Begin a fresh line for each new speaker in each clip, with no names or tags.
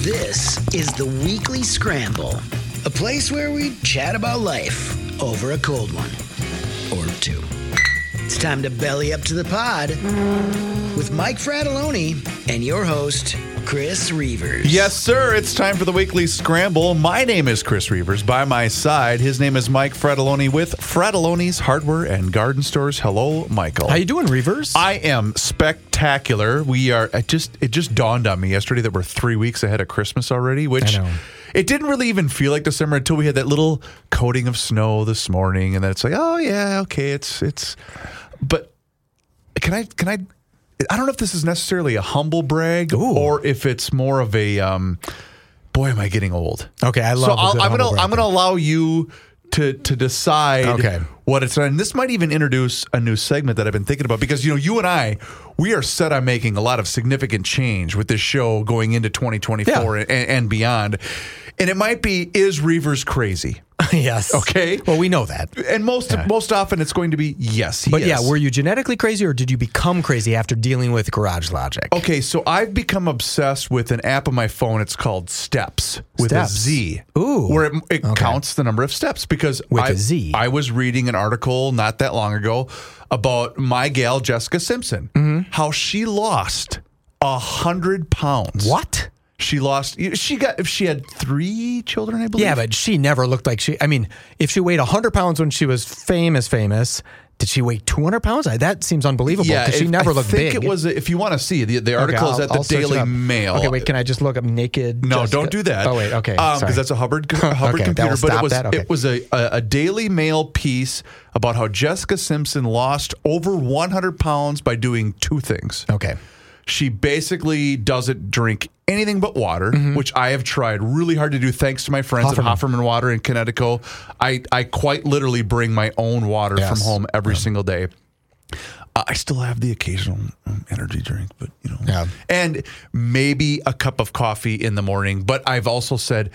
This is the Weekly Scramble, a place where we chat about life over a cold one or two. It's time to belly up to the pod with Mike Fratelloni and your host, Chris Reavers.
Yes, sir. It's time for the weekly scramble. My name is Chris Reavers. By my side, his name is Mike Fratelloni with Fratelloni's Hardware and Garden Stores. Hello, Michael.
How you doing, Reavers?
I am spectacular. We are. It just it just dawned on me yesterday that we're three weeks ahead of Christmas already, which
I know.
it didn't really even feel like December until we had that little coating of snow this morning, and then it's like, oh yeah, okay, it's it's. But can I can I? I don't know if this is necessarily a humble brag or if it's more of a. Um, boy, am I getting old?
okay, I
So
love.
I'll, I'm gonna I'm gonna allow you to to decide
Okay.
what it's and this might even introduce a new segment that I've been thinking about because you know you and I we are set on making a lot of significant change with this show going into 2024 and, and beyond, and it might be is Reavers crazy?
yes.
Okay.
Well, we know that.
And most most often it's going to be yes.
But
yes.
yeah, were you genetically crazy, or did you become crazy after dealing with Garage Logic?
Okay, so I've become obsessed with an app on my phone. It's called Steps with
Steps.
a Z.
Ooh.
Where it, it counts the number of steps because
With
I,
a Z.
I was reading an article not that long ago about my gal, Jessica Simpson,
Mm-hmm.
how she lost a hundred pounds.
What?
She lost, she got, she had three children, I believe.
Yeah, but she never looked like she. I mean, if she weighed 100 pounds when she was famous, famous, did she weigh 200 pounds? I, that seems unbelievable because she
if-
never looked
I think
big.
it was, if you want to see, the, the
Okay,
article is
I'll-
at the
I'll search it
Daily
up.
Mail.
Okay, wait. Can I just look up naked?
No,
Jessica-
don't do that.
Oh wait. Okay.
because
sorry.
that's a Hubbard a Hubbard
Okay,
computer.
that'll
But it
stop
was
that, okay.
it was a, a a Daily Mail piece about how Jessica Simpson lost over 100 pounds by doing two things.
okay.
She basically doesn't drink anything but water, which I have tried really hard to do thanks to my friends
Mm-hmm. Hofferman.
at Hofferman Water in Connecticut. I I quite literally bring my own water from
Yes.
home every single day. Uh, I still have the occasional um, energy drink, but you know,
Yeah.
and maybe a cup of coffee in the morning. But I've also said,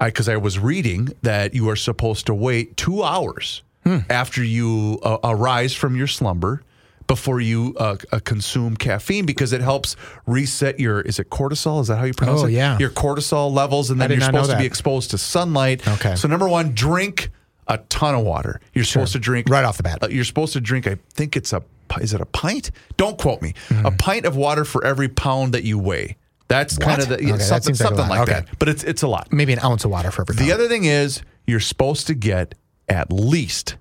because I, was reading that you are supposed to wait two hours
Hmm.
after you uh, arise from your slumber before you uh, uh, consume caffeine because it helps reset your is it cortisol is that how you pronounce
Oh,
it
yeah.
your cortisol levels and then
did
you're
not know
supposed to be
that.
exposed to sunlight
Okay.
so number one drink a ton of water you're supposed to drink
Right off the bat.
uh, you're supposed to drink i think it's a pi- is it a pint don't quote me a
Mm-hmm.
pint of water for every pound that you weigh that's kind of the
Okay, that
something,
seems like a
something
lot.
like
Okay.
that but it's it's a lot
Maybe an ounce of water for every.
the
pound.
other thing is you're supposed to get at least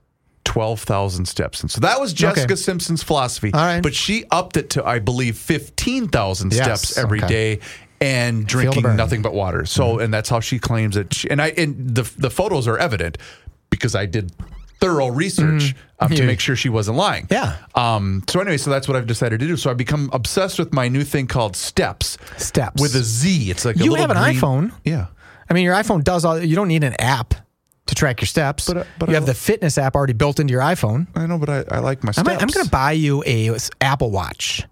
12,000 steps. And so that was Jessica
Okay.
Simpson's philosophy.
All right.
But she upped it to, I believe, 15,000
Yes,
steps every day
okay.
and drinking
burn. Mm-hmm.
nothing but water. So, and that's how she claims it. She, and I, and the, the photos are evident because I did thorough research um, to
Yeah.
make sure she wasn't lying.
Mm-hmm. Yeah.
Um, so anyway, so that's what I've decided to do. So I've become obsessed with my new thing called Steps.
Steps.
With a Z. It's like a
You
little
have an
green-
iPhone.
Yeah.
I mean, your iPhone does all. You don't need an app to track your steps.
But, uh, but
you
I
have the fitness app already built into your iPhone.
I know, but I, I like my
I
steps.
might, I'm going to buy you a s- Apple Watch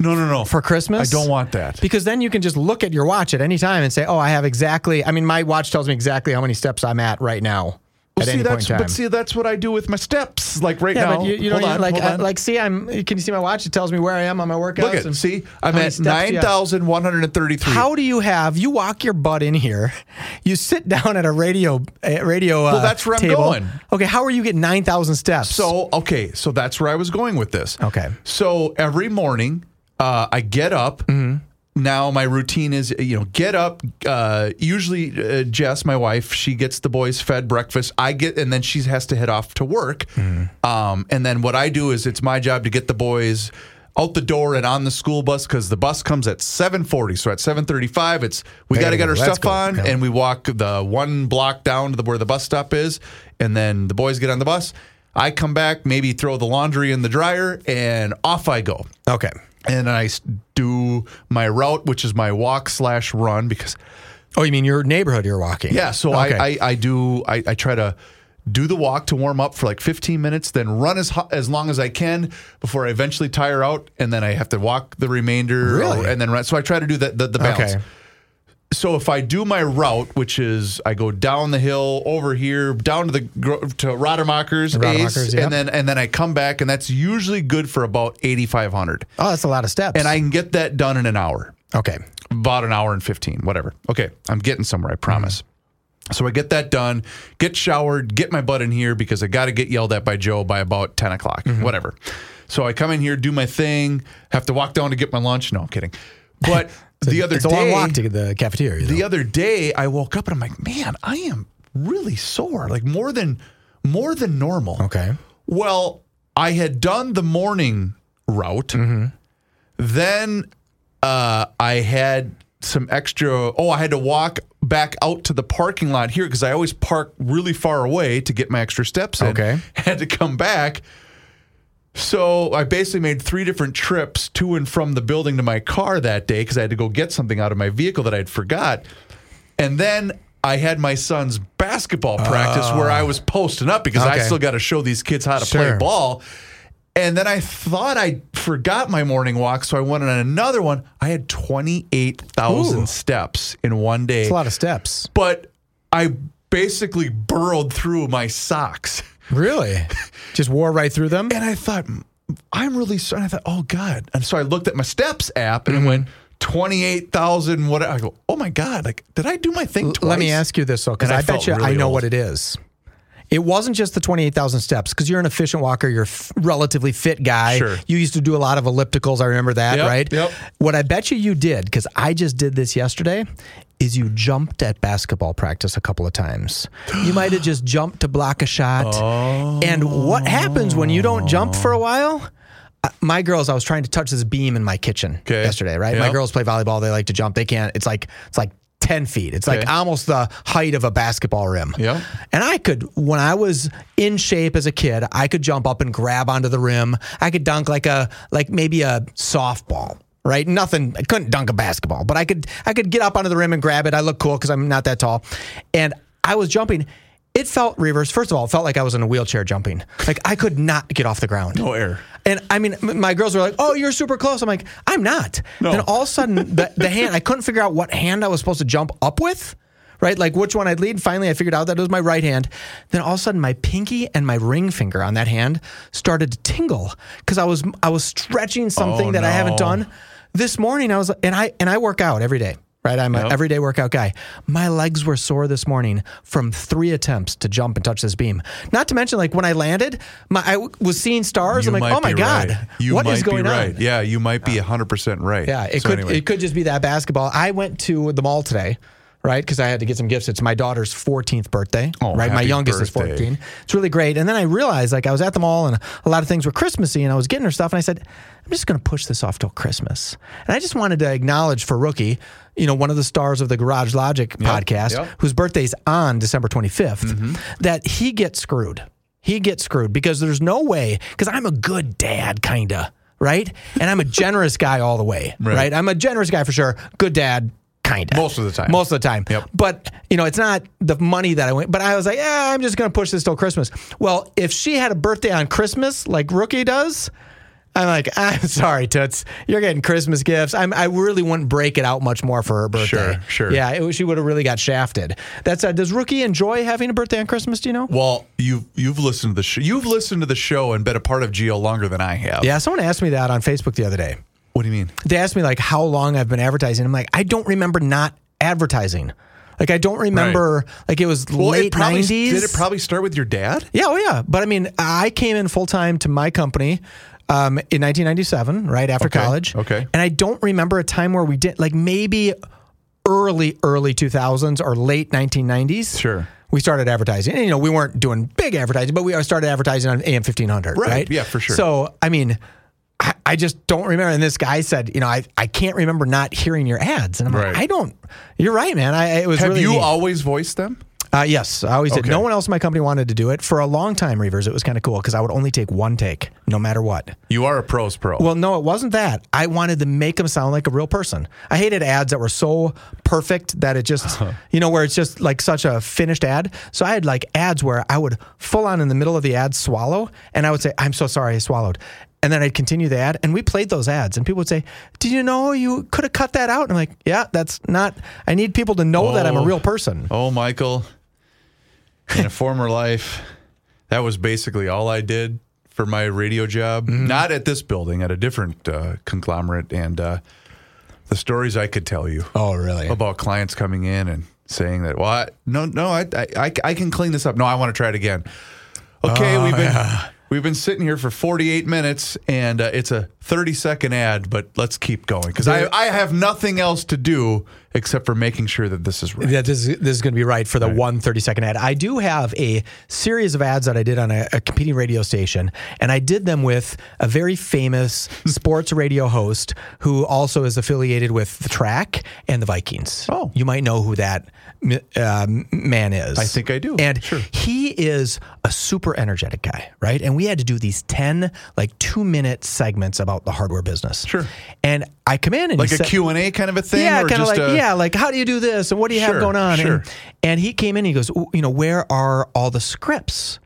No, no, no.
for Christmas.
I don't want that.
because then you can just look at your watch at any time and say, "Oh, I have exactly." I mean, my watch tells me exactly how many steps I'm at right now
Well,
at
see,
any point
that's,
in time.
but see, that's what I do with my steps. Like right
yeah,
now,
but you, you know,
hold on,
like,
hold
I-
on.
like, see, I'm. Can you see my watch? It tells me where I am on my workouts.
look at
and
see,
how
I'm
many
at
steps you have.
nine thousand one hundred thirty-three.
How do you have? You walk your butt in here. You sit down at a radio, a radio.
Well,
uh,
that's where I'm
table.
going.
Okay, how are you getting nine thousand steps?
So okay, so that's where I was going with this.
Okay.
So every morning, uh, I get up. now my routine is you know get up uh, usually uh, jess my wife she gets the boys fed breakfast i get and then she has to head off to work um, and then what i do is it's my job to get the boys out the door and on the school bus because the bus comes at 7.40 so at 7.35 it's we
They
got to get
gotta go.
our
Let's
stuff
go.
on
Yeah.
and we walk the one block down to the, where the bus stop is and then the boys get on the bus i come back maybe throw the laundry in the dryer and off i go
Okay.
and I s- do my route, which is my walk slash run because
Oh, you mean your neighborhood you're walking?
yeah. So
Okay.
I, I I do I, I try to do the walk to warm up for like 15 minutes, then run as ho- as long as I can before I eventually tire out, and then I have to walk the remainder,
Really?
and then run. So I try to do that the, the balance.
Okay.
So if I do my route, which is I go down the hill over here, down to the gro- to Rademacher's,
Rademacher's,
Ace,
yep.
and then and then I come back, and that's usually good for about 8,500,
Oh, that's a lot of steps.
and I can get that done in an hour
Okay.
about an hour and 15, whatever. Okay, I'm getting somewhere, I promise.
Mm-hmm.
So I get that done, get showered, get my butt in here because I got to get yelled at by Joe by about 10 o'clock,
Mm-hmm.
whatever. So I come in here, do my thing, have to walk down to get my lunch. No, I'm kidding. But the other
it's
day,
a long walk to the cafeteria.
the
though.
other day I woke up and I'm like, man, I am really sore, like more than more than normal.
okay.
Well, I had done the morning route.
Mm-hmm.
Then uh, I had some extra. Oh, I had to walk back out to the parking lot here because I always park really far away to get my extra steps in.
Okay.
Had to come back. So I basically made three different trips to and from the building to my car that day because I had to go get something out of my vehicle that I'd forgot. And then I had my son's basketball practice where I was posting up because I
Ah. Okay.
still got to show these kids how to play
Sure.
ball. And then I thought I forgot my morning walk, so I went on another one. I had 28,000
Ooh.
steps in one day.
It's a lot of steps.
But I basically burrowed through my socks.
Really? Just wore right through them?
And I thought, I'm really sorry. I thought, oh God. And so I looked at my steps app and it went 28,000. What I go, oh my God. Like, did I do my thing twice?
Let me ask you this though, because
And I
I,
felt
bet you
really
I know
old.
what it is. It wasn't just the twenty-eight thousand steps because you're an efficient walker. You're a f- relatively fit guy.
Sure.
You used to do a lot of ellipticals. I remember that,
Yep,
right?
yep.
What I bet you you did because I just did this yesterday. Is you jumped at basketball practice a couple of times. You might have just jumped to block a shot.
Oh.
And what happens when you don't jump for a while? Uh, My girls, I was trying to touch this beam in my kitchen
Okay.
yesterday, right? My
Yep.
girls play volleyball. They like to jump. They can't. It's like it's like ten feet. It's like
Okay.
almost the height of a basketball rim.
Yep.
And I could, when I was in shape as a kid, I could jump up and grab onto the rim. I could dunk like a like maybe a softball. Right, nothing. I couldn't dunk a basketball, but I could. I could get up onto the rim and grab it. I look cool because I'm not that tall, and I was jumping. It felt reverse. First of all, it felt like I was in a wheelchair jumping. Like I could not get off the ground.
No air.
And I mean, m- my girls were like, "Oh, you're super close." I'm like, "I'm not." Then all of a sudden, the, the hand I couldn't figure out what hand I was supposed to jump up with, right? Like which one I'd lead. Finally, I figured out that it was my right hand. Then all of a sudden, my pinky and my ring finger on that hand started to tingle because I was I was stretching something
Oh,
that I haven't
no.
done. This morning, I was and I and I work out every day. Right, I'm an everyday workout guy. My legs were sore this morning from three attempts to jump and touch this beam. Not to mention, like when I landed, my I w- was seeing stars.
You
I'm like,
might
oh my
be
god,
right. You
what
might
is going
be right.
on?
Yeah, you might be 100% right.
Yeah, it
So
could
anyway.
it could just be that basketball. I went to the mall today, right? Because I had to get some gifts. It's my daughter's 14th birthday,
Oh,
right? My
happy
youngest
birthday.
is 14. It's really great. And then I realized, like, I was at the mall and a lot of things were Christmassy, and I was getting her stuff, and I said, I'm just going to push this off till Christmas. And I just wanted to acknowledge for rookie, you know, one of the stars of the Garage Logic podcast,
yep.
whose birthday's on December 25th,
Mm-hmm.
that he gets screwed. He gets screwed because there's no way, because I'm a good dad, kind of, right? And I'm a generous guy all the way,
Right.
right? I'm a generous guy for sure. Good dad, kind of.
Most of the time.
Most of the time.
Yep.
But, you know, it's not the money that I went, but I was like, yeah, I'm just going to push this till Christmas. Well, if she had a birthday on Christmas like Rookie does, I'm like, I'm sorry, Toots. You're getting Christmas gifts. I'm, I really wouldn't break it out much more for her birthday.
Sure, sure.
Yeah, it, was- she would have really got shafted. That's uh, does Rookie enjoy having a birthday on Christmas? Do you know?
Well, you've you've listened to the show. You've listened to the show and been a part of Geo longer than I have.
Yeah, someone asked me that on Facebook the other day.
What do you mean?
they asked me like how long I've been advertising. I'm like, I don't remember not advertising. Like I don't remember like it was late
it probably,
90s.
Did it probably start with your dad?
yeah, oh yeah. But I mean, I came in full time to my company. um, in 1997, right after
Okay,
college.
okay.
And I don't remember a time where we did like maybe early early 2000s or late 1990s.
Sure.
We started advertising, and you know we weren't doing big advertising, but we uh, started advertising on AM 1500.
Right,
Right.
yeah, for sure.
So I mean. I- I just don't remember. And this guy said, you know, I, I can't remember not hearing your ads. And I'm
Right.
like, I don't, you're right, man. I, it was
Have
really
you
neat.
always voiced them?
Uh, yes, I always
Okay.
did. No one else in my company wanted to do it for a long time. Reavers, it was kind of cool because I would only take one take, no matter what.
You are a pro's pro.
Well, no, it wasn't that. I wanted to make them sound like a real person. I hated ads that were so perfect that it just,
Uh-huh.
you know, where it's just like such a finished ad. So I had like ads where I would full on in the middle of the ad swallow and I would say, I'm so sorry I swallowed. And then I'd continue the ad and we played those ads and people would say, Did you know you could have cut that out? And I'm like, Yeah, that's not, I need people to know that I'm
Oh.
a real person.
Oh, Michael, in a former life, that was basically all I did for my radio job.
Mm-hmm.
Not at this building, at a different uh, conglomerate. And uh, the stories I could tell you
Oh, really?
about clients coming in and saying that, well, I, no, no, I, I, I- I can clean this up. No, I want to try it again. Okay,
Oh,
we've been. We've been sitting here for 48 minutes and uh, it's a 30 second ad, but let's keep going because I, I have nothing else to do except for making sure that this is right.
Yeah, this is, this is going to be right for the one 30 second ad. I do have a series of ads that I did on a, a competing radio station, and I did them with a very famous sports radio host who also is affiliated with the track and the Vikings.
Oh.
You might know who that m- uh, m- man is. I
think I do.
And
Sure.
he is a super energetic guy, right? And we had to do these 10, like two minute segments about the hardware business.
Sure.
And I come in and
like
he
a
said-
Q and A kind of a thing.
Yeah,
or
kind of
just
like
a-
yeah, like how do you do this and what do you
Sure,
have going on?
sure.
And, and he came in. He goes, "Ooh, you know, where are all the scripts?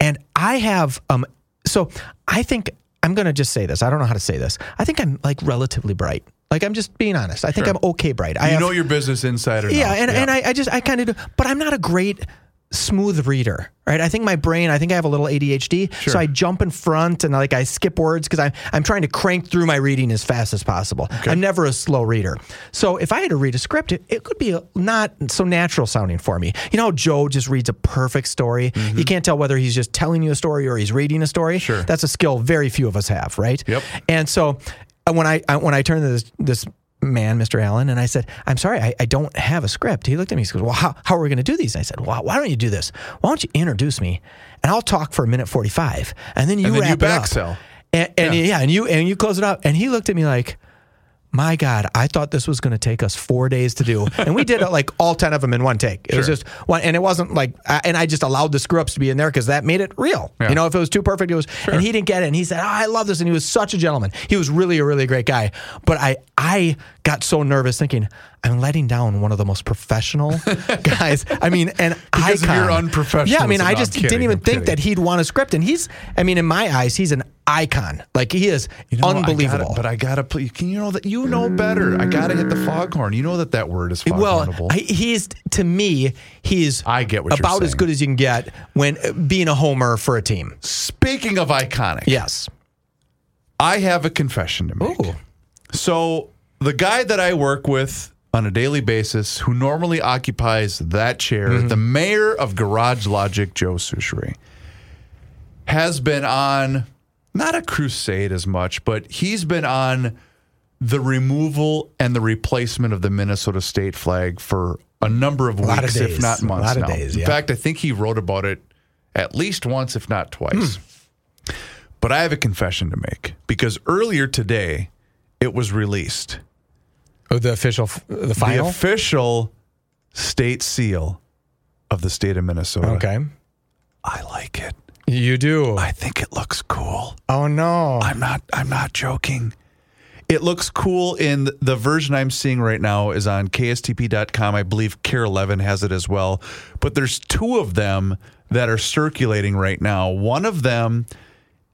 And I have um. So I think I'm gonna just say this. I don't know how to say this. I think I'm like relatively bright. Like I'm just being honest. I think I'm okay bright. I
You
have,
know your business insider.
yeah, and, and I, I just I kind of do, but I'm not a great smooth reader, right? I think my brain, I think I have a little ADHD, so I jump in front and like I skip words because I'm I'm trying to crank through my reading as fast as possible. I'm never a slow reader, so if I had to read a script, it, it could be a- not so natural sounding for me. You know, how Joe just reads a perfect story. You can't tell whether he's just telling you a story or he's reading a story. Mm-hmm. Sure, that's a skill very few of us have, right?
Yep.
And so uh, when I, I when I turned to this this man, Mr. Allen, and I said, "I'm sorry, I, I don't have a script." He looked at me. He goes, "Well, how, how are we going to do these?" And I said, "Well, why don't you do this? Why don't you introduce me, and I'll talk for a minute forty five, and then you
And then
wrap
you
it up."
back sell.
and, and yeah. and you and you close it up." And he looked at me like. My God, I thought this was going to take us four days to do, and we did uh, like all ten of them in one take. It was just one, and it wasn't like, I, and I just allowed the screw ups to be in there because that made it real. You know, if it was too perfect, it was. And he didn't get it, and he said, oh, "I love this," and he was such a gentleman. He was really a really great guy. But I I got so nervous thinking I'm letting down one of the most professional guys. I mean, and
Because of
icon.
your unprofessionalism.
Yeah, I mean, I
I'm
just
kidding,
didn't even
I'm
think
kidding.
that he'd want a script, and he's, I mean, in my eyes, he's an icon. Like he is
No, I gotta-
unbelievable.
but I gotta please. Can you know that you know better? I gotta hit the foghorn. You know that that word is foghornable.
Well, I- he's to me, he's
I get what you're
about as
saying.
good as you can get when uh, being a homer for a team.
Speaking of iconic,
Yes.
I have a confession to make.
Ooh.
So the guy that I work with on a daily basis, who normally occupies that chair,
Mm-hmm.
the mayor of Garage Logic, Joe Sushery, has been on not a crusade as much, but he's been on the removal and the replacement of the Minnesota state flag for a number of
lot of
weeks, if
days.
not
A
months.
lot of
now.
days,
In
yeah.
fact, I think he wrote about it at least once, if not twice.
Hmm.
But I have a confession to make because earlier today it was released.
Oh, the official, f- the
The official state seal of the state of Minnesota.
okay.
I like it.
You do.
I think it looks cool.
oh, no.
I'm not I'm not joking. It looks cool in the version I'm seeing right now is on kstp.com. I believe Care 11 has it as well. But there's two of them that are circulating right now. One of them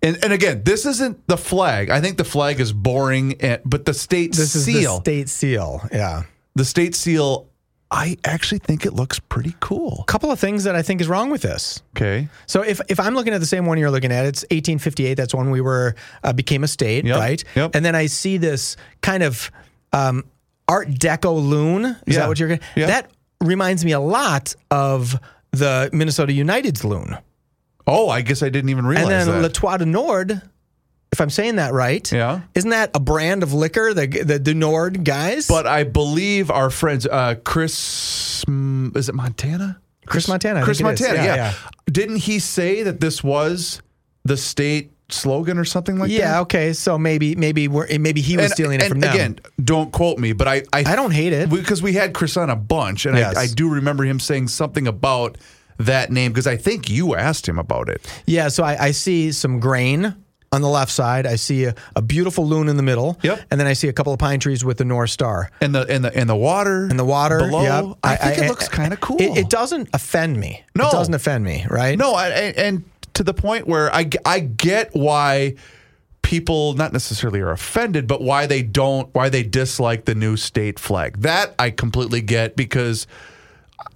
and, and again, this isn't the flag. I think the flag is boring, and, but the state
this is
seal,
the state seal. Yeah.
the state seal, I actually think it looks pretty cool.
Couple of things that I think is wrong with this.
Okay.
So if, if I'm looking at the same one you're looking at, it's 1858. That's when we were uh, became a state,
Yep,
right?
yep.
And then I see this kind of um, Art Deco loon. Is
Yeah,
that what you're going?
yeah.
to That reminds me a lot of the Minnesota United's loon,
Oh, I guess I didn't even realize
and
that.
then La Trois du Nord if I'm saying that right.
Yeah.
Isn't that a brand of liquor, the the, the Nord guys?
But I believe our friends, uh, Chris, mm, is it Montana?
Chris Montana, I
Chris
think it is.
Montana,
Yeah,
yeah,
yeah.
Didn't he say that this was the state slogan or something like that?
yeah, okay. So maybe maybe we're maybe he was
And-
stealing it
and
from them.
Again, don't quote me, but I I,
I don't hate it.
because we, had Chris on a bunch, and
Yes.
I, I do remember him saying something about that name because I think you asked him about it.
Yeah, so I, I see some grain on the left side. I see a, a beautiful loon in the middle.
Yep.
And then I see a couple of pine trees with the North Star.
And the and the and the water
And the water.
below.
yep.
I, think it looks kind of cool.
It, it doesn't offend me.
No.
It doesn't offend me, right?
No, I, I- and to the point where I, g- I get why people not necessarily are offended, but why they don't, why they dislike the new state flag. That I completely get because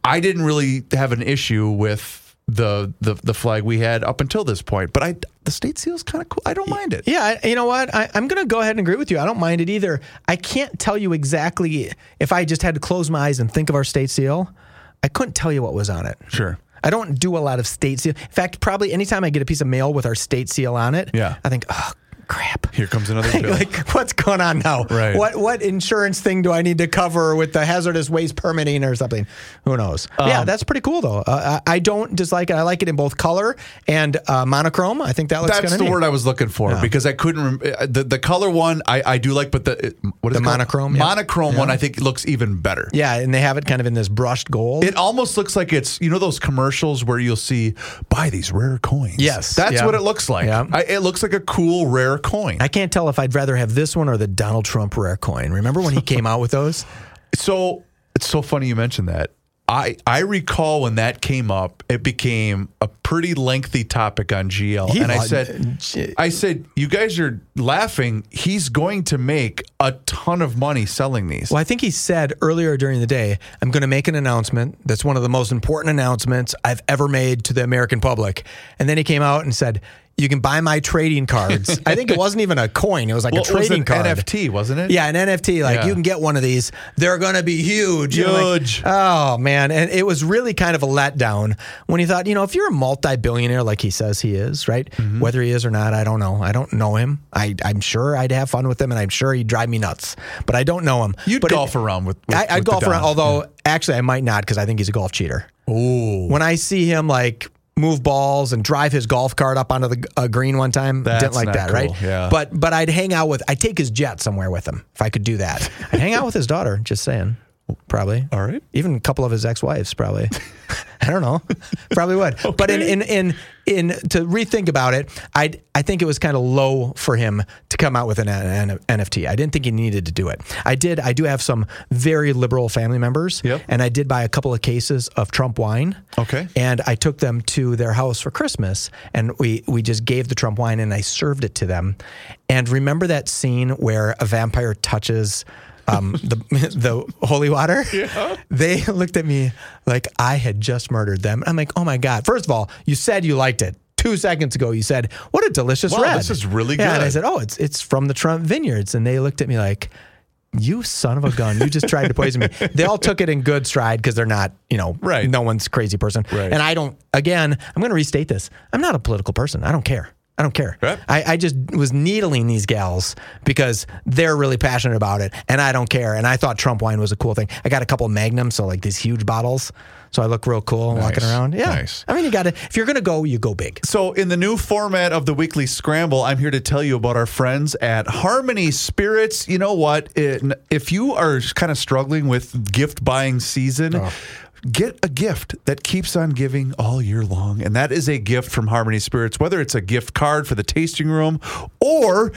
I didn't really have an issue with the the, the flag we had up until this point. But I, the state seal is kind of cool. I don't mind it.
Yeah, I, you know what? I, I'm going to go ahead and agree with you. I don't mind it either. I can't tell you exactly if I just had to close my eyes and think of our state seal, I couldn't tell you what was on it.
Sure.
I don't do a lot of state seal. In fact, probably anytime I get a piece of mail with our state seal on it,
Yeah.
I think, oh, crap.
Here comes another bill.
like what's going on now?
Right.
What what insurance thing do I need to cover with the hazardous waste permitting or something? Who knows?
Um,
yeah, that's pretty cool though. Uh, I I don't dislike it. I like it in both color and uh, monochrome. I think that looks
That's
kinda
the
neat.
word I was looking for because I couldn't rem- uh, the the color one I, I do like, but the what is
The
it called?
monochrome, yeah.
monochrome one I think looks even better.
Yeah, and they have it kind of in this brushed gold.
It almost looks like it's you know those commercials where you'll see buy these rare coins.
Yes.
that's
Yeah.
what it looks like.
Yeah.
I, it looks like a cool rare coin.
I can't tell if I'd rather have this one or the Donald Trump rare coin. Remember when he came out with those?
So it's so funny you mentioned that. I I recall when that came up, it became a pretty lengthy topic on GL,
He
and I
thought-
said, I said, you guys are laughing. He's going to make a ton of money selling these.
Well, I think he said earlier during the day, I'm going to make an announcement that's one of the most important announcements I've ever made to the American public. And then he came out and said, You can buy my trading cards. I think it wasn't even a coin, it was like
Well,
a
it was
trading
an
card.
NFT, wasn't it?
Yeah, an NFT. Like,
Yeah.
you can get one of these. They're going to be huge. And I'm like,
Huge.
oh, man. And it was really kind of a letdown when he thought, you know, if you're a multi billionaire like he says he is, right?
Mm-hmm.
Whether he is or not, I don't know. I don't know him. I, I'm sure I'd have fun with him and I'm sure he'd drive me nuts, but I don't know him.
You'd
But it-
golf around with. with
I, I'd
with the
golf around,
Don.
although actually I might not because I think he's a golf cheater. Ooh. When I see him like move balls and drive his golf cart up onto the uh, green one time, didn't
That's
like
not
that,
cool,
right?
yeah.
But but I'd hang out with I'd take his jet somewhere with him if I could do that. I'd hang out with his daughter, just saying. Probably.
All right.
Even a couple of his ex-wives, probably. I don't know. Probably would. But in, in in in to rethink about it, I I think it was kind of low for him to come out with an, N- NFT. I didn't think he needed to do it. I did. I do have some very liberal family members,
Yep.
and I did buy a couple of cases of Trump wine.
Okay.
And I took them to their house for Christmas, and we we just gave the Trump wine, and I served it to them. And remember that scene where a vampire touches um, the the holy water? They looked at me like I had just murdered them. I'm like, oh my god! First of all, you said you liked it. Two seconds ago, you said, "What a delicious
Wow,
red!"
this is really
Yeah, and I
good.
said, "Oh, it's it's from the Trump vineyards," and they looked at me like. You son of a gun! You just tried to poison me. They all took it in good stride because they're not, you know,
Right.
no one's crazy person.
Right.
And I don't, again, I'm going to restate this. I'm not a political person. I don't care. I don't care.
Right.
I, I just was needling these gals because they're really passionate about it and I don't care. And I thought Trump wine was a cool thing. I got a couple magnums, so like these huge bottles. So I look real cool walking
Nice.
around. Yeah.
Nice.
I mean, you got to, if you're going to go, you go big.
So, in the new format of the weekly scramble, I'm here to tell you about our friends at Harmony Spirits. You know what? It- if you are kind of struggling with gift buying season, Get a gift that keeps on giving all year long. And that is a gift from Harmony Spirits, whether it's a gift card for the tasting room or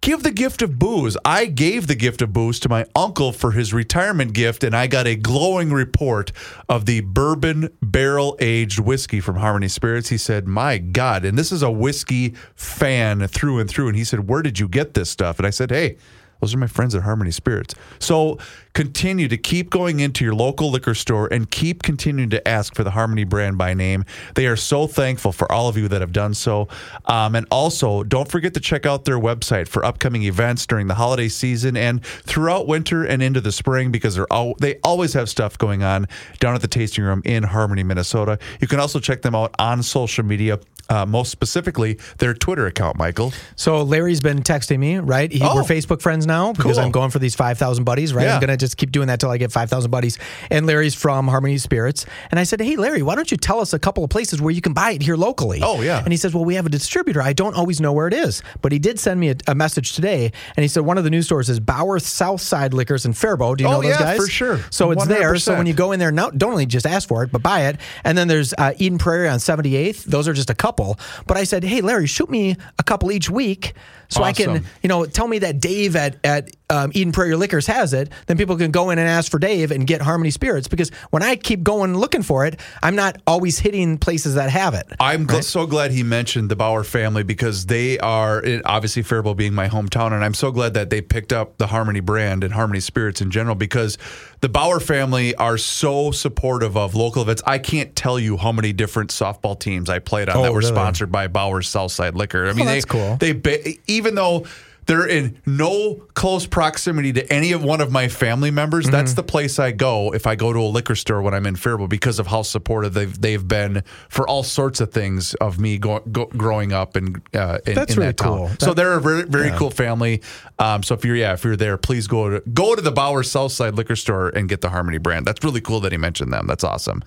give the gift of booze. I gave the gift of booze to my uncle for his retirement gift, and I got a glowing report of the bourbon barrel aged whiskey from Harmony Spirits. He said, My God. And this is a whiskey fan through and through. And he said, Where did you get this stuff? And I said, Hey, Those are my friends at Harmony Spirits. So continue to keep going into your local liquor store and keep continuing to ask for the Harmony brand by name. They are so thankful for all of you that have done so. Um, and also, don't forget to check out their website for upcoming events during the holiday season and throughout winter and into the spring because they're all, they always have stuff going on down at the tasting room in Harmony, Minnesota. You can also check them out on social media. Uh, most specifically, their Twitter account, Michael.
So Larry's been texting me, right? He,
Oh.
We're Facebook friends now because
Cool.
I'm going for these 5,000 buddies, right?
Yeah.
I'm going to just keep doing that till I get 5,000 buddies. And Larry's from Harmony Spirits. And I said, Hey, Larry, why don't you tell us a couple of places where you can buy it here locally?
Oh, yeah.
And he says, Well, we have a distributor. I don't always know where it is. But he did send me a, a message today. And he said, One of the new stores is Bauer Southside Liquors in Faribault. Do you
Oh,
know those
yeah,
guys?
for sure.
So it's there. So when
100%.
you go in there, not, don't only just ask for it, but buy it. And then there's uh, Eden Prairie on 78th. Those are just a couple. But I said, Hey, Larry, shoot me a couple each week. So I can,
Awesome.
you know, tell me that Dave at at um, Eden Prairie Liquors has it. Then people can go in and ask for Dave and get Harmony Spirits because when I keep going looking for it, I'm not always hitting places that have it.
I'm gl- so glad he mentioned the Bauer family because they are it- obviously Faribault being my hometown, and I'm so glad that they picked up the Harmony brand and Harmony Spirits in general because the Bauer family are so supportive of local events. I can't tell you how many different softball teams I played on
Oh,
that were
really? Oh,
sponsored by Bauer's Southside Liquor. I mean,
that's
they
cool.
they ba- even though. They're in no close proximity to any of one of my family members.
Mm-hmm.
That's the place I go if I go to a liquor store when I'm in Faribault because of how supportive they've they've been for all sorts of things of me go, go, growing up and uh, in,
That's
in
really
that town.
cool.
So
That-
they're a very, very cool family. Um, so if you're yeah if you're there, please go to go to the Bauer Southside Liquor Store and get the Harmony brand. That's really cool that he mentioned them. That's awesome.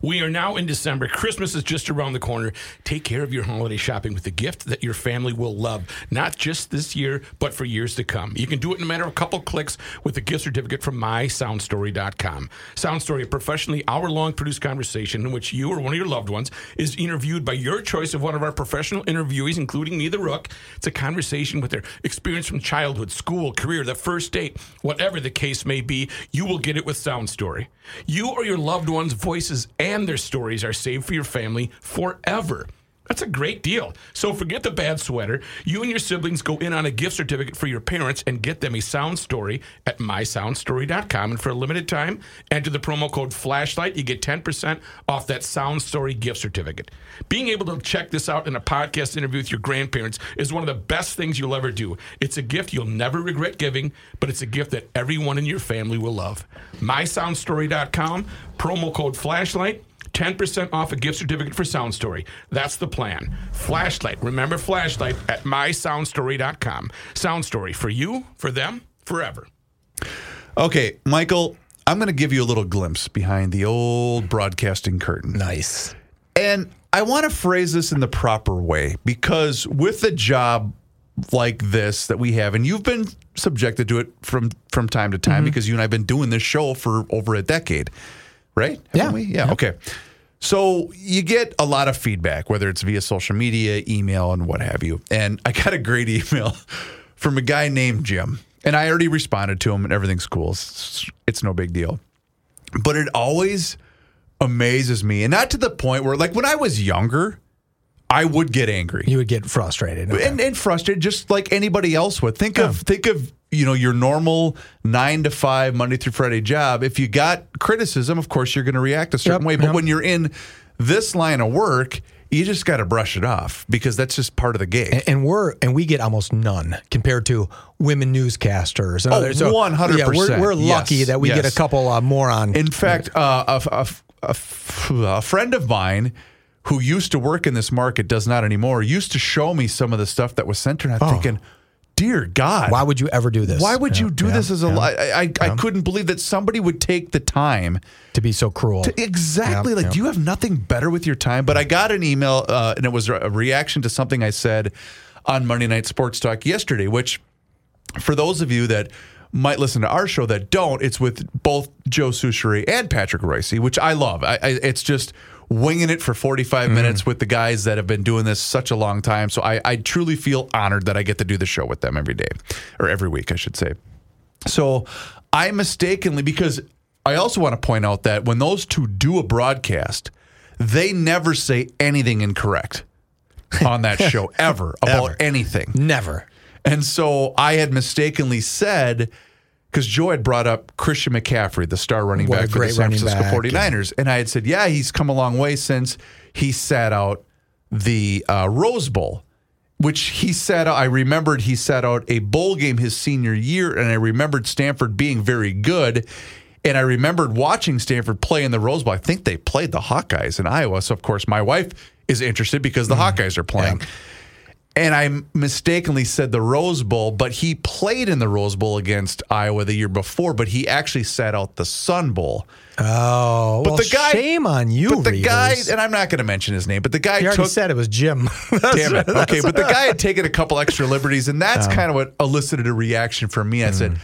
We are now in December. Christmas is just around the corner. Take care of your holiday shopping with a gift that your family will love, not just this year, but for years to come. You can do it in a matter of a couple clicks with a gift certificate from mysoundstory.com. Sound Story, a professionally hour long produced conversation in which you or one of your loved ones is interviewed by your choice of one of our professional interviewees, including me, the Rook. It's a conversation with their experience from childhood, school, career, the first date, whatever the case may be. You will get it with Sound Story. You or your loved one's voices and their stories are saved for your family forever. That's a great deal. So forget the bad sweater. You and your siblings go in on a gift certificate for your parents and get them a sound story at mysoundstory.com. And for a limited time, enter the promo code flashlight. You get 10% off that sound story gift certificate. Being able to check this out in a podcast interview with your grandparents is one of the best things you'll ever do. It's a gift you'll never regret giving, but it's a gift that everyone in your family will love. mysoundstory.com, promo code flashlight. 10% off a gift certificate for Sound Story. That's the plan. Flashlight. Remember Flashlight at mysoundstory.com. Sound Story for you, for them, forever.
Okay, Michael, I'm going to give you a little glimpse behind the old broadcasting curtain.
Nice.
And I want to phrase this in the proper way because with a job like this that we have, and you've been subjected to it from from time to time because you and I've been doing this show for over a decade, right? Haven't
Yeah.
we? yeah. Okay. So you get a lot of feedback, whether it's via social media, email, and what have you. And I got a great email from a guy named Jim, and I already responded to him, and everything's cool. It's, it's no big deal but it always amazes me. And not to the point where, like, when I was younger, I would get angry
You would get frustrated. Okay.
and, and frustrated, just like anybody else would. Think of think of you know your normal nine to five Monday through Friday job. If you got criticism, of course you're going to react a certain
Yep,
way. But
yep.
when you're in this line of work, you just got to brush it off because that's just part of the gig.
and, and we're and we get almost none compared to women newscasters. And
Oh,
others. So,
100%.
Yeah, we're, we're lucky
Yes,
that we get
yes.
a couple uh, moron.
In fact, uh, a, a- a f- a friend of mine who used to work in this market does not anymore used to show me some of the stuff that was sent to her. And I'm thinking, dear God,
Oh. why would you ever do this?
why would
Yeah,
you do
yeah,
this as a
yeah.
li- I, I, I couldn't believe that somebody would take the time
to be so cruel?
to- exactly.
Yeah,
like,
yeah.
do you have nothing better with your time? But I got an email, uh, and it was a reaction to something I said on Monday Night Sports Talk yesterday, which for those of you that might listen to our show that don't, it's with both Joe Souchery and Patrick Royce, which I love. I, I, it's just winging it for 45
Mm.
minutes with the guys that have been doing this such a long time. So I, I truly feel honored that I get to do the show with them every day, or every week, I should say. So I mistakenly, because I also want to point out that when those two do a broadcast, they never say anything incorrect on that show ever about anything.
Never.
And so I had mistakenly said, because Joe had brought up Christian McCaffrey, the star running
What a
back for the
great
San
running
Francisco
back,
49ers. And I had said, yeah, he's come a long way since he sat out the uh, Rose Bowl, which he sat out. I remembered he sat out a bowl game his senior year, and I remembered Stanford being very good. And I remembered watching Stanford play in the Rose Bowl. I think they played the Hawkeyes in Iowa. So, of course, my wife is interested because the
Mm-hmm.
Hawkeyes are playing. And I mistakenly said the Rose Bowl, but he played in the Rose Bowl against Iowa the year before, but he actually sat out the Sun Bowl.
Oh,
But the guy,
shame on you.
But the guy,
readers.
and I'm not going to mention his name, but the guy
he already
took.
said it was Jim. That's-
Damn it. Okay, but the guy had taken a couple extra liberties, and that's kind of what elicited a reaction from me. I said,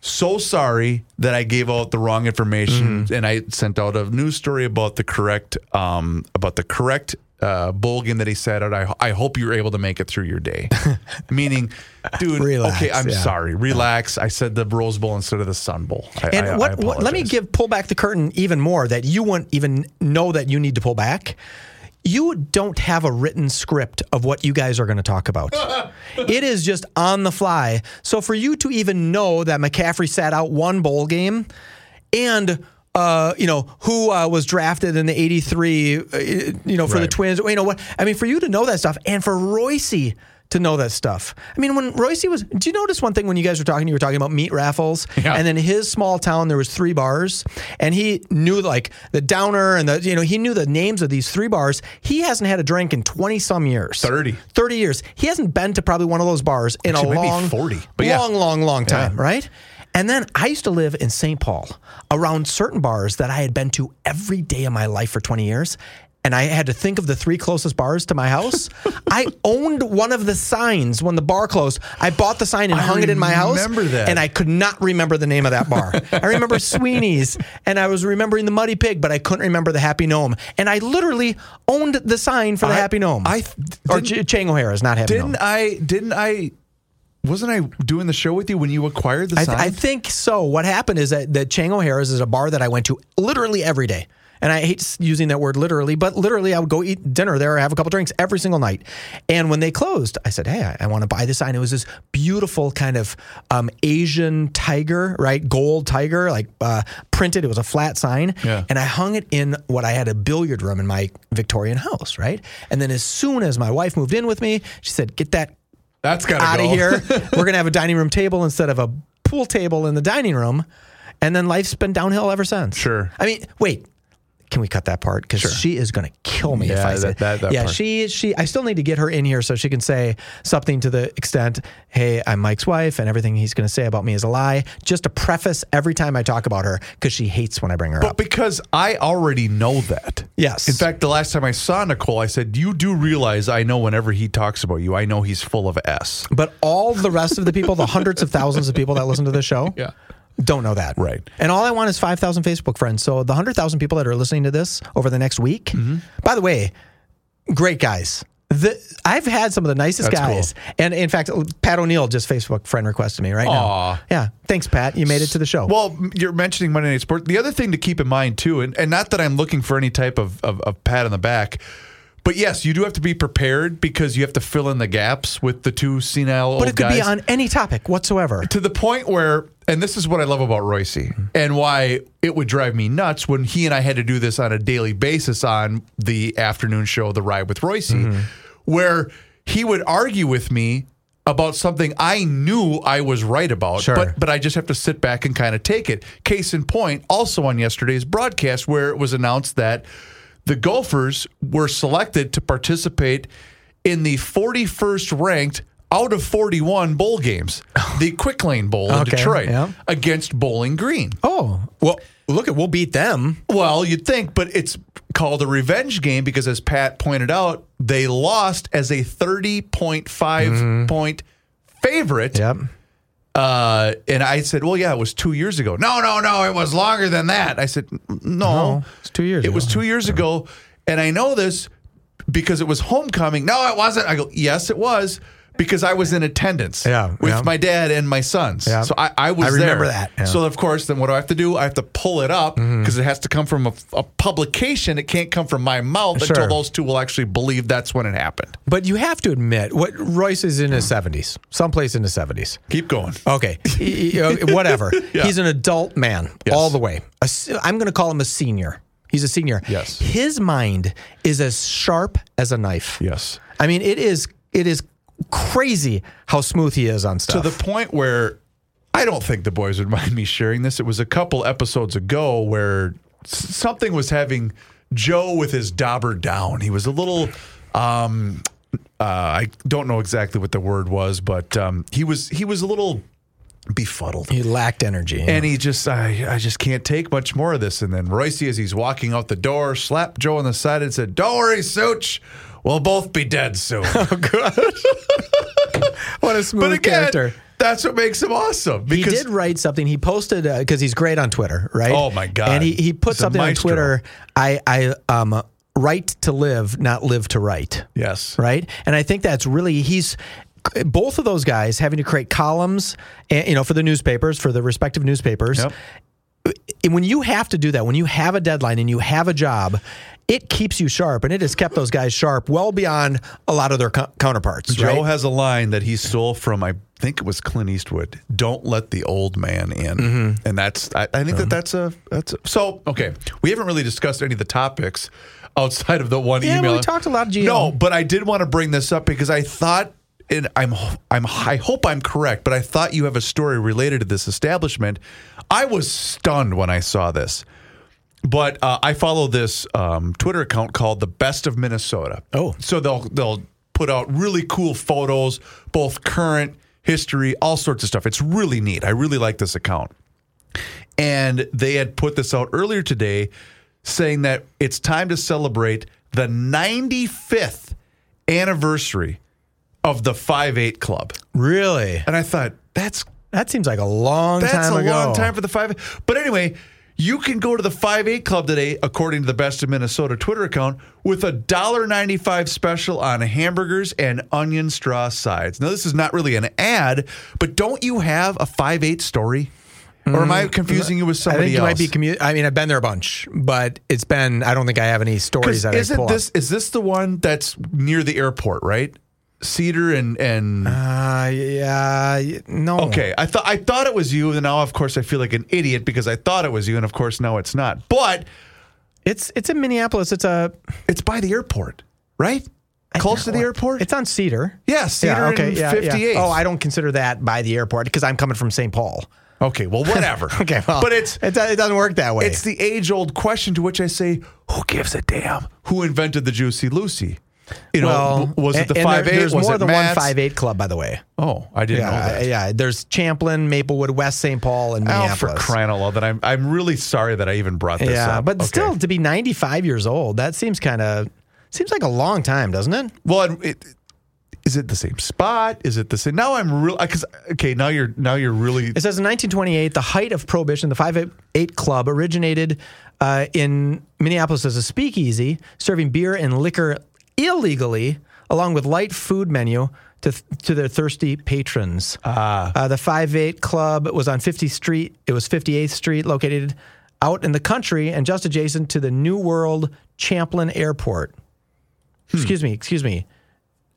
"So sorry that I gave out the wrong information, and I sent out a news story about the correct um, about the correct uh, bowl game that he sat out. I, I hope you were able to make it through your day." Meaning, dude,
Relax,
okay, I'm
yeah.
sorry, relax. I said the Rose Bowl instead of the Sun Bowl. I,
And
I- I
what, what? Let me
apologize.
give pull back the curtain even more that you wouldn't even know that you need to pull back. You don't have a written script of what you guys are going to talk about. it is just on the fly. So for you to even know that McCaffrey sat out one bowl game, and uh, you know who uh, was drafted in the '83, uh, you know for the
Right.
Twins, you know what I mean for you to know that stuff, and for Royce to know that stuff. I mean, when Royce was, do you notice one thing when you guys were talking? You were talking about meat raffles,
Yeah.
and then his small town there was three bars, and he knew like the downer and the you know he knew the names of these three bars. He hasn't had a drink in twenty some years,
30.
30 years. He hasn't been to probably one of those bars in
Actually,
a
maybe
long,
40, but yeah.
long, long, long time, right? And then I used to live in St. Paul around certain bars that I had been to every day of my life for 20 years. And I had to think of the three closest bars to my house. I owned one of the signs when the bar closed. I bought the sign and
I
hung it in my house.
remember that.
And I could not remember the name of that bar. I remember Sweeney's and I was remembering the Muddy Pig, but I couldn't remember the Happy Gnome. And I literally owned the sign for the
I-
Happy Gnome.
I th-
or
didn't-
Ch- Chang O'Hara is not Happy Gnome.
Didn't I? Didn't I? Wasn't I doing the show with you when you acquired the
I,
sign?
I think so. What happened is that, that Chang O'Hara's is a bar that I went to literally every day. And I hate s- using that word literally, but literally I would go eat dinner there or have a couple drinks every single night. And when they closed, I said, Hey, I, want to buy this sign. It was this beautiful kind of um, Asian tiger, right? Gold tiger, like uh, printed. It was a flat sign.
Yeah.
And I hung it in what I had a billiard room in my Victorian house, right? And then as soon as my wife moved in with me, she said, Get that
That's got to
out
go.
of here. We're gonna have a dining room table instead of a pool table in the dining room, and then life's been downhill ever since.
Sure.
I mean, wait. Can we cut that part? Because she is going to kill me if
Yeah,
I say
that- that- that
Yeah,
part.
she she. I still need to get her in here so she can say something to the extent, "Hey, I'm Mike's wife, and everything he's going to say about me is a lie." Just to preface every time I talk about her because she hates when I bring her
But
up.
because I already know that.
Yes.
In fact, the last time I saw Nicole, I said, You do realize I know whenever he talks about you, I know he's full of S.
But all the rest of the people, the hundreds of thousands of people that listen to this show,
Yeah.
don't know that.
Right.
And all I want is 5,000 Facebook friends. So the 100,000 people that are listening to this over the next week, by the way, great guys. The, I've had some of the nicest
That's cool.
guys. And in fact, Pat O'Neill just Facebook friend requested me right
Aw.
now. Yeah. Thanks, Pat. You made it to the show.
Well, m- you're mentioning Monday Night Sports. The other thing to keep in mind, too, and, and not that I'm looking for any type of, of, of pat on the back, but yes, you do have to be prepared because you have to fill in the gaps with the two senile old
but it could
guys.
be on any topic whatsoever.
to the point where, and this is what I love about Royce and why it would drive me nuts when he and I had to do this on a daily basis on the afternoon show, The Ride with Royce, where he would argue with me about something I knew I was right about,
Sure.
but but I just have to sit back and kind of take it. Case in point, also on yesterday's broadcast, where it was announced that the golfers were selected to participate in the 41st ranked out of 41 bowl games, the Quick Lane Bowl in
Okay,
Detroit
yeah.
against Bowling Green.
Oh, well, look at, we'll beat them.
Well, you'd think, but it's called a revenge game because, as Pat pointed out, they lost as a 30.5
Mm-hmm.
point favorite.
Yep.
Uh, and I said, well, yeah, it was two years ago. No, no, no, it was longer than that. I said, no,
No, it's two years
It was
ago.
two years ago. And I know this because it was homecoming. No, it wasn't. I go, yes, it was because I was in attendance
Yeah,
with
yeah.
my dad and my sons.
Yeah.
So I, I was
I remember
there.
that, yeah. Mm-hmm.
So of course, then what do I have to do? I have to pull it up because it has to come from a, a publication. It can't come from my mouth
Sure.
until those two will actually believe that's when it happened.
But you have to admit, what Royce is in his 70s, someplace in his 70s.
Keep going.
Okay, Y- y- uh, whatever.
Yeah.
He's an adult man
Yes.
all the way. A se- I'm going to call him a senior. He's a senior.
Yes.
His mind is as sharp as a knife.
Yes.
I mean, it is it is crazy how smooth he is on
to
stuff.
the point where I don't think the boys would mind me sharing this. It was a couple episodes ago where s- something was having Joe with his dauber down. He was a little. Um, uh, I don't know exactly what the word was, but um, he was he was a little befuddled.
he lacked energy.
And he just, I, I just can't take much more of this. And then Royce, as he's walking out the door, slapped Joe on the side and said, "Don't worry, Such, we'll both be dead soon."
Oh, what a smooth
but again,
character.
that's what makes him awesome.
He
Because
did write something. He posted because he's great on Twitter, right?
Oh, my God.
And he, he put
He's a
something on
maestro.
Twitter. I I um right to live, not live to write.
yes,
right? And I think that's really he's both of those guys having to create columns, and, you know, for the newspapers, for the respective newspapers.
Yep.
And when you have to do that, when you have a deadline and you have a job, it keeps you sharp, and it has kept those guys sharp well beyond a lot of their co- counterparts.
Joe
right?
has a line that he stole from I think it was Clint Eastwood. Don't let the old man in,
Mm-hmm.
and that's I, I
Uh-huh.
think that that's a that's a, so okay. We haven't really discussed any of the topics outside of the one
Yeah,
email.
well, we talked a lot, GM.
No, but I did want to bring this up because I thought. And I'm, I'm, I hope I'm correct, but I thought you have a story related to this establishment. I was stunned when I saw this. But uh, I follow this um, Twitter account called the Best of Minnesota.
Oh.
so they'll they'll put out really cool photos, both current history, all sorts of stuff. It's really neat. I really like this account. And they had put this out earlier today, saying that it's time to celebrate the 95th anniversary of the Five Eight Club.
really.
And I thought that's
That seems like a long
that's
time
a
ago.
long time for the five. But anyway, you can go to the five eight club today, according to the Best of Minnesota Twitter account, with a dollar ninety five special on hamburgers and onion straw sides. Now, this is not really an ad, but don't you have a five eight story? Or am I confusing you with
Mm, I
somebody
think you
else?
might be. Commu- I mean, I've been there a bunch, but it's been. I don't think I have any stories
'Cause
that I
isn't
pull
this is this the one that's near the airport, right? Cedar and and
Up. Uh, yeah. y- No.
Okay, I thought I thought it was you, and now of course I feel like an idiot because I thought it was you, and of course now it's not. But
It's it's in Minneapolis. It's a
It's by the airport, right? Close to the airport?
It's on Cedar.
yeah, Cedar
yeah, okay,
and
yeah,
58.
yeah. Oh, I don't consider that by the airport because I'm coming from St. Paul.
Okay, well, whatever.
Okay, well,
but it's
it, do- it doesn't work that way.
it's the age old question to which I say, who gives a damn? Who invented the Juicy Lucy? You know, w- was it
and-
the
and there-
five eight?
There's
was
more
it
than
Matt's?
one five eight club, by the way.
Oh, I didn't know
Yeah,
that.
yeah. There's Champlin, Maplewood, West St. Paul, and
Oh, for
Minneapolis.
crying out loud! That I'm I'm really sorry that I even brought this
yeah,
up.
but
Okay.
still, to be 95 years old, that seems kind of seems like a long time, doesn't it?
Well, and it, is it the same spot? Is it the same? Now I'm real because okay, now you're now you're really
It says in 1928, the height of prohibition, the 5-8 Club originated uh, in Minneapolis as a speakeasy, serving beer and liquor illegally, along with light food menu to, to their thirsty patrons. Uh, the 5-8 Club was on 50th Street. It was 58th Street, located out in the country and just adjacent to the New World Champlin Airport.
Hmm.
Excuse me, excuse me.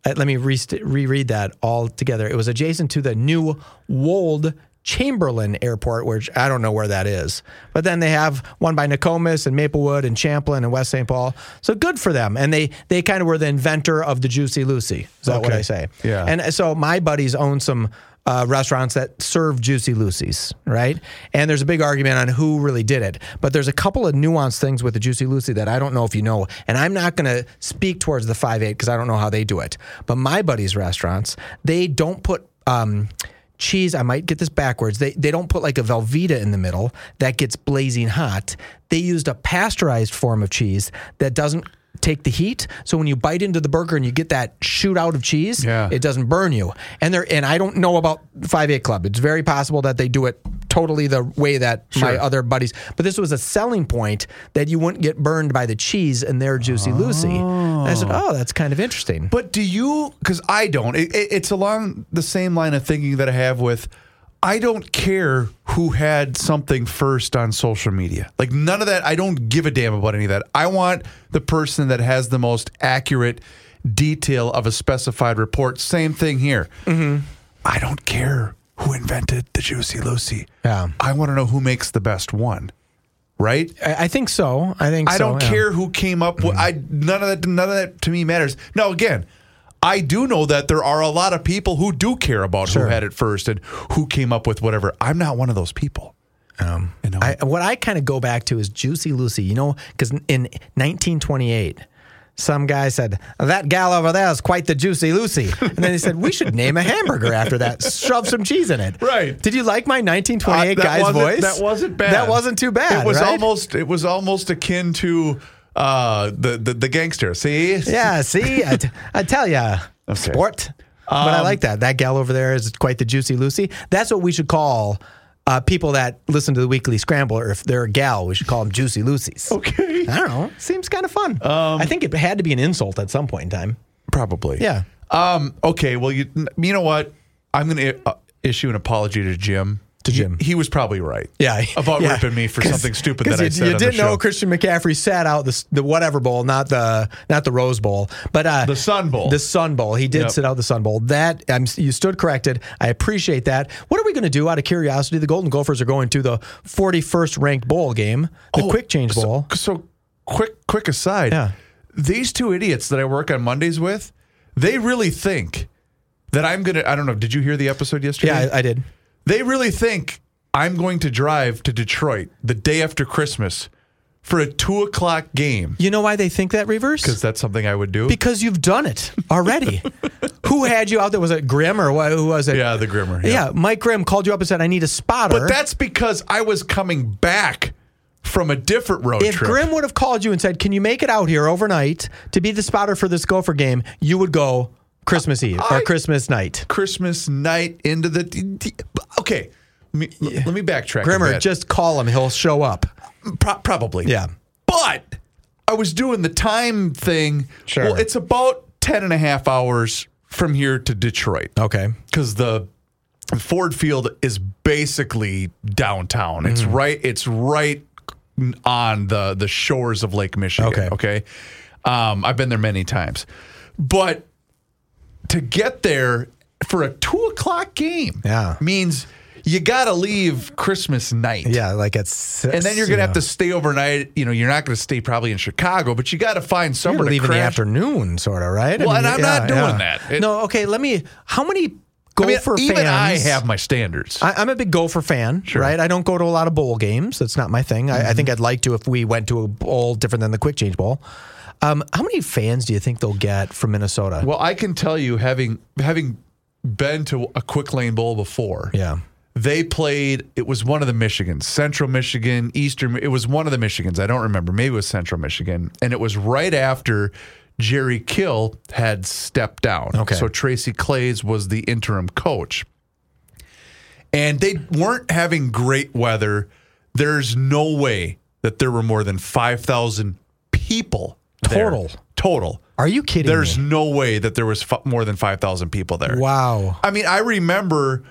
Uh, let me re- reread that all together. It was adjacent to the new Wold Chamberlain Airport, which I don't know where that is. But then they have one by Nokomis and Maplewood and Champlin and West St. Paul. So good for them. And they they kind of were the inventor of the Juicy Lucy. Is that what
Okay.
I say?
Yeah.
And and so my buddies own some uh, restaurants that serve Juicy Lucy's, right? And there's a big argument on who really did it. But there's a couple of nuanced things with the Juicy Lucy that I don't know if you know. And I'm not going to speak towards the 5 8 because I don't know how they do it. But my buddies' restaurants, they don't put. Um, Cheese, I might get this backwards. They, they don't put like a Velveeta in the middle that gets blazing hot. They used a pasteurized form of cheese that doesn't take the heat. So when you bite into the burger and you get that shoot out of cheese,
Yeah.
it doesn't burn you. And there, and I don't know about Five Eight Club. It's very possible that they do it totally the way that my other buddies. But this was a selling point that you wouldn't get burned by the cheese and their Juicy Lucy. I said, oh, that's kind of interesting.
But do you? Because I don't. It, it, it's along the same line of thinking that I have with. I don't care who had something first on social media. Like none of that. I don't give a damn about any of that. I want the person that has the most accurate detail of a specified report. Same thing here. I don't care who invented the Juicy Lucy.
Yeah.
I want to know who makes the best one. Right?
I, I think so. I think
I
so,
don't
yeah.
care who came up with. I none of that. None of that to me matters. Now, again, I do know that there are a lot of people who do care about who had it first and who came up with whatever. I'm not one of those people. Um, you know,
I, what I kind of go back to is Juicy Lucy, you know, because in 1928, some guy said, That gal over there is quite the Juicy Lucy. And then he said, We should name a hamburger after that, shove some cheese in it.
Right.
Did you like my 1928
Uh, that
guy's
wasn't-
voice?
That wasn't bad.
That wasn't too bad.
It was
right?
almost. It was almost akin to uh, the, the the gangster. See,
Yeah, see, I, t- I tell ya, sport. but
Um,
I like that. That gal over there is quite the Juicy Lucy. That's what we should call. Uh, people that listen to the Weekly Scramble, or if they're a gal, we should call them Juicy Lucies.
Okay.
I don't know. Seems kind of fun. I think it had to be an insult at some point in time.
Probably.
Yeah.
Um, okay. Well, you you know what? I'm going to uh, issue an apology to Jim.
To Jim.
He, he was probably right.
Yeah.
About
Yeah.
ripping me for
'Cause-
something stupid
'cause
that I
you,
said
You
on
didn't
the show.
know Christian McCaffrey sat out the, s- the whatever bowl, not the not the Rose Bowl, but uh,
The Sun Bowl.
The Sun Bowl. He did
Yep.
sit out the Sun Bowl. That I'm, s- you stood corrected. I appreciate that. What are we going to do out of curiosity? The Golden Gophers are going to the 41st ranked bowl game, the
Oh,
Quick Change
so-
Bowl.
So, quick, quick aside.
Yeah.
These two idiots that I work on Mondays with, they really think that I'm gonna. I don't know. Did you hear the episode yesterday?
yeah, I, I did.
They really think I'm going to drive to Detroit the day after Christmas for a two o'clock game
You know why they think that reverse?
because that's something I would do.
Because you've done it already. Who had you out there? Was it Grimm or wha- who was it?
yeah, the grimmer.
Yeah. Mike Grimm called you up and said, "I need a spotter."
But that's because I was coming back from a different road
if
trip.
Grimm would have called you and said, "Can you make it out here overnight to be the spotter for this Gopher game?" You would go Christmas Eve or
I-
Christmas night.
Christmas night into the okay. Let me, let me backtrack. a
Grimmer,
bit.
just call him; he'll show up.
Pro- probably.
Yeah.
But I was doing the time thing.
Sure.
Well, it's about 10 and a half hours from here to Detroit
Okay.
because the Ford Field is basically downtown. It's
Mm.
right. It's right on the the shores of Lake Michigan.
Okay.
Okay. Um, I've been there many times, but to get there for a two o'clock game,
Yeah.
means you got to leave Christmas night.
Yeah, like at six,
And then you're going to
you
have to
know.
stay overnight. You know, you're not going to stay probably in Chicago, but you got to find
You're
somewhere to
leaving in the
crash.
afternoon, sort of, right?
Well, and I'm not doing that. It-
no, okay. Let me. How many
I mean,
Gopher
even
fans?
I have my standards.
I, I'm a big Gopher fan, right? I don't go to a lot of bowl games. That's not my thing. I, I
Mm-hmm.
think I'd like to if we went to a bowl different than the Quick Change Bowl. Um, how many fans do you think they'll get from Minnesota?
well, I can tell you, having having been to a quick lane bowl before,
yeah.
they played. It was one of the Michigans, Central Michigan, Eastern. It was one of the Michigans. I don't remember. Maybe it was Central Michigan, and it was right after Jerry Kill had stepped down.
Okay.
so Tracy Clays was the interim coach. and they weren't having great weather. There's no way that there were more than 5,000 people there.
Total.
Total.
Are you kidding
There's
me?
no way that there was f- more than 5,000 people there.
Wow.
I mean, I remember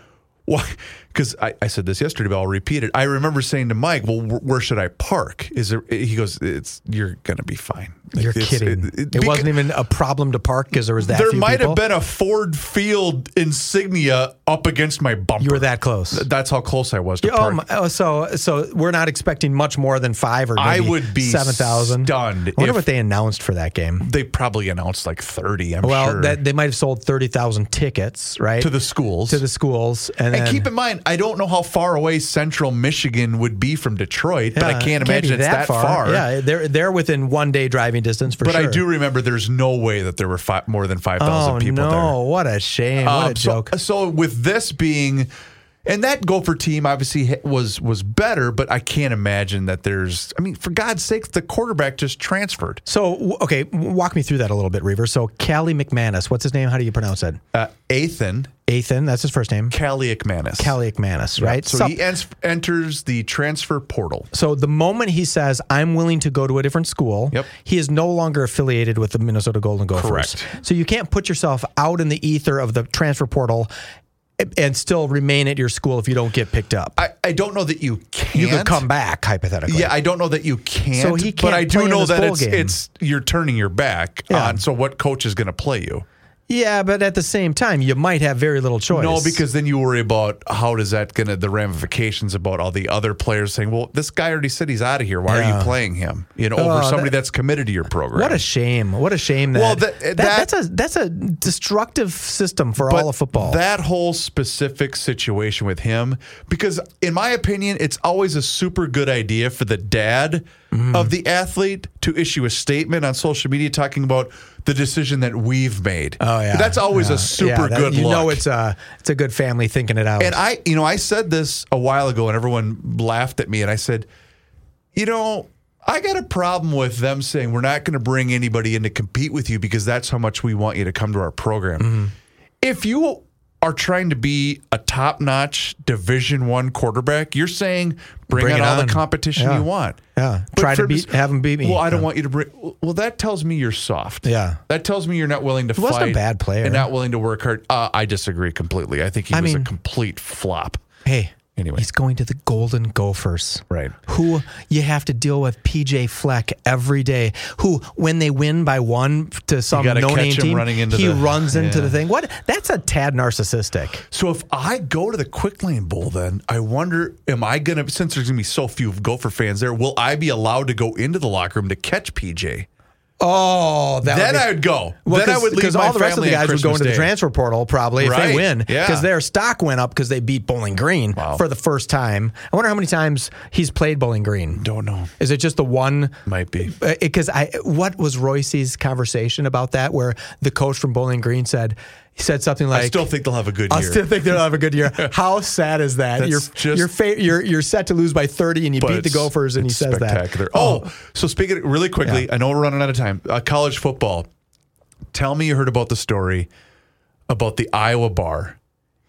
because I, I said this yesterday, but I'll repeat it. I remember saying to Mike, "Well, wh- where should I park?" Is there? He goes, "It's you're gonna be fine." Like,
You're
it's-
kidding. It,
beca-
wasn't even a problem to park because there was that
There
few
might
people.
have been a Ford Field insignia up against my bumper.
You were that close.
Th- That's how close I was to
oh,
park.
my, oh, so so we're not expecting much more than five or maybe
I would be
seven thousand.
stunned
I wonder
if-
what they announced for that game.
they probably announced like 30, I'm
Well,
sure.
that, they might have sold thirty thousand tickets, right?
to the schools.
to the schools, and,
and
then-
keep in mind, I don't know how far away central Michigan would be from Detroit, but I
Yeah,
can't
it be
imagine it's that far.
Yeah, they're they're within one day driving distance for
But
sure.
I do remember there's no way that there were fi- more than 5,000
Oh
people
no!
there.
What a shame! what a
Um, so-
joke!
So, with this being And that Gopher team obviously ha- was was better, but I can't imagine that there's. I mean, for God's sake, the quarterback just transferred.
So w- okay, w- walk me through that a little bit, Reaver. So Callie McManus, what's his name? How do you pronounce it?
Uh, Ethan
Ethan, that's his first name.
Kaliak Manis.
Callie McManus, right?
So he ens- enters the transfer portal.
So the moment he says, "I'm willing to go to a different school,"
Yep.
he is no longer affiliated with the Minnesota Golden Gophers.
Correct.
So you can't put yourself out in the ether of the transfer portal a- and still remain at your school if you don't get picked up.
I, I don't know that you can't.
you could come back hypothetically.
Yeah, I don't know that you can't.
So he
but
can't
I do
play in
know
this
that
bowl
it's
game.
it's you're turning your back
Yeah.
on. So what coach is going to play you?
Yeah, but at the same time, you might have very little choice.
No, because then you worry about how does that going to the ramifications about all the other players saying, "Well, this guy already said he's out of here. Why are
Yeah.
you playing him?" You know, over
Oh,
somebody
that-
that's committed to your program.
What a shame! What a shame that.
Well, that- that-
that's a that's a destructive system for all of football.
That whole specific situation with him, because in my opinion, it's always a super good idea for the dad
Mm.
of the athlete to issue a statement on social media talking about the decision that we've made.
oh yeah,
that's always
Yeah.
a super
Yeah, that-
good.
You
look.
know, it's a it's a good family thinking it out.
And I, you know, I said this a while ago, and everyone laughed at me. And I said, you know, I got a problem with them saying we're not going to bring anybody in to compete with you because that's how much we want you to come to our program.
Mm-hmm.
If you are trying to be a top-notch Division One quarterback, you're saying bring,
Bring
on
it
all
on.
the competition
Yeah.
you want.
Yeah. Try to
for-
beat- have 'em beat me.
Well, I don't
Yeah.
want you to bring. Well, that tells me you're soft.
Yeah.
that tells me you're not willing to
wasn't a
fight
bad player.
and not willing to work hard. Uh, I disagree completely. I think he
I
was a
mean-
complete flop.
Hey,
Anyway.
he's going to the Golden Gophers.
Right.
Who you have to deal with PJ Fleck every day. Who, when they win by one to some
gotta
no-name
catch him
team,
running into
he
the-
runs into
yeah.
the thing. What? That's a tad narcissistic.
So if I go to the Quick Lane Bowl, then I wonder, am I gonna? Since there's gonna be so few Gopher fans there, will I be allowed to go into the locker room to catch PJ?
Oh, that
then
would be-
I would go.
Well,
then I would leave
because
my
all the rest of
family
the
on
guys would go
Christmas
into the
Day.
transfer portal probably if
Right.
they win
Yeah.
because their stock went up because they beat Bowling Green for the first time. I wonder how many times he's played Bowling Green.
Don't know.
Is it just the one?
Might be.
because I what was Royce's conversation about that where the coach from Bowling Green said he said something like
I still think they'll have a good
I
year.
still think they'll have a good year. How sad is that?
That's
you're
just-
you're, fa- you're you're set to lose by 30 and you
but
beat the
it's-
Gophers and he
it's
says
spectacular.
that. Uh,
Oh, so speaking of- really quickly, I know we're running out of time. Uh, college football. Tell me you heard about the story about the Iowa bar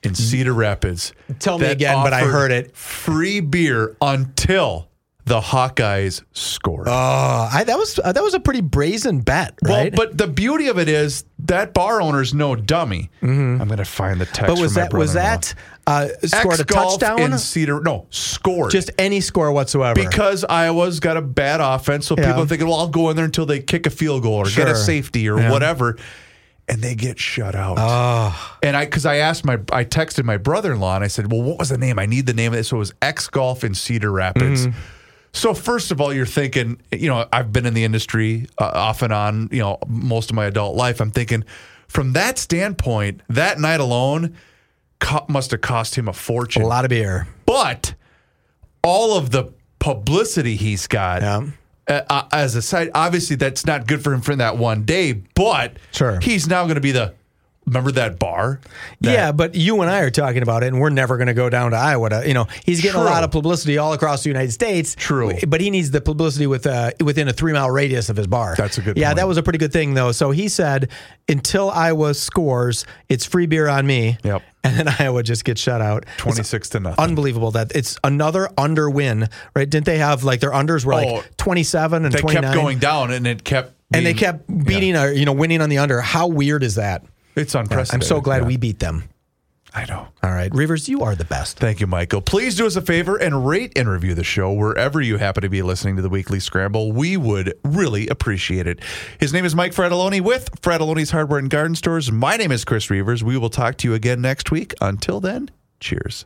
in Cedar Rapids.
Mm-hmm. Tell me
that
again, but I
offered
heard it.
Free beer until the Hawkeyes scored.
Uh, I, that was uh, that was a pretty brazen bet, right?
Oh. Well, but the beauty of it is that bar owner's no dummy. I'm going to find the text.
Mm-hmm. But was
from
that was that uh, scored a touchdown?
in Cedar? No, scored.
Just any score whatsoever.
because Iowa's got a bad offense, so
Yeah.
people are thinking, "Well, I'll go in there until they kick a field goal or get a
Sure.
safety or whatever," and they get shut out.
Ah.
And I, because I asked my, I texted my brother-in-law and I said, "Well, what was the name? I need the name of it." So it was X Golf in Cedar Rapids.
Mm-hmm.
So first of all, you're thinking, you know, I've been in the industry uh, off and on, you know, most of my adult life. I'm thinking, from that standpoint, that night alone co- must have cost him a
a
fortune
lot of beer.
but all of the publicity he's got
Yeah.
uh, uh, as a side, obviously that's not good for him for that one day. But
Sure.
he's now going to be the remember that bar. That-
yeah, but you and I are talking about it, and we're never going to go down to Iowa. To, you know, he's getting a
True.
lot of publicity all across the United States.
True.
but he needs the publicity with uh, within a three mile radius of his bar.
That's a good
Yeah,
point.
that was a pretty good thing though. So he said, until Iowa scores, it's free beer on me.
Yep.
And then Iowa just gets shut out. It's
26 to nothing.
Unbelievable that it's another under win, right? Didn't they have like their unders were
Oh,
like twenty seven and
They
twenty nine?
kept going down, and it kept
and they
being-
kept beating or you know winning on the under. How weird is that?
It's unprecedented.
I'm so glad
Yeah.
we beat them.
I know.
All right, Reavers, you are the best.
Thank you, Michael. Please do us a favor and rate and review the show wherever you happen to be listening to the Weekly Scramble. We would really appreciate it. His name is Mike Fratelloni with Fratelloni's Hardware and Garden Stores. My name is Chris Reavers. We will talk to you again next week. Until then, cheers.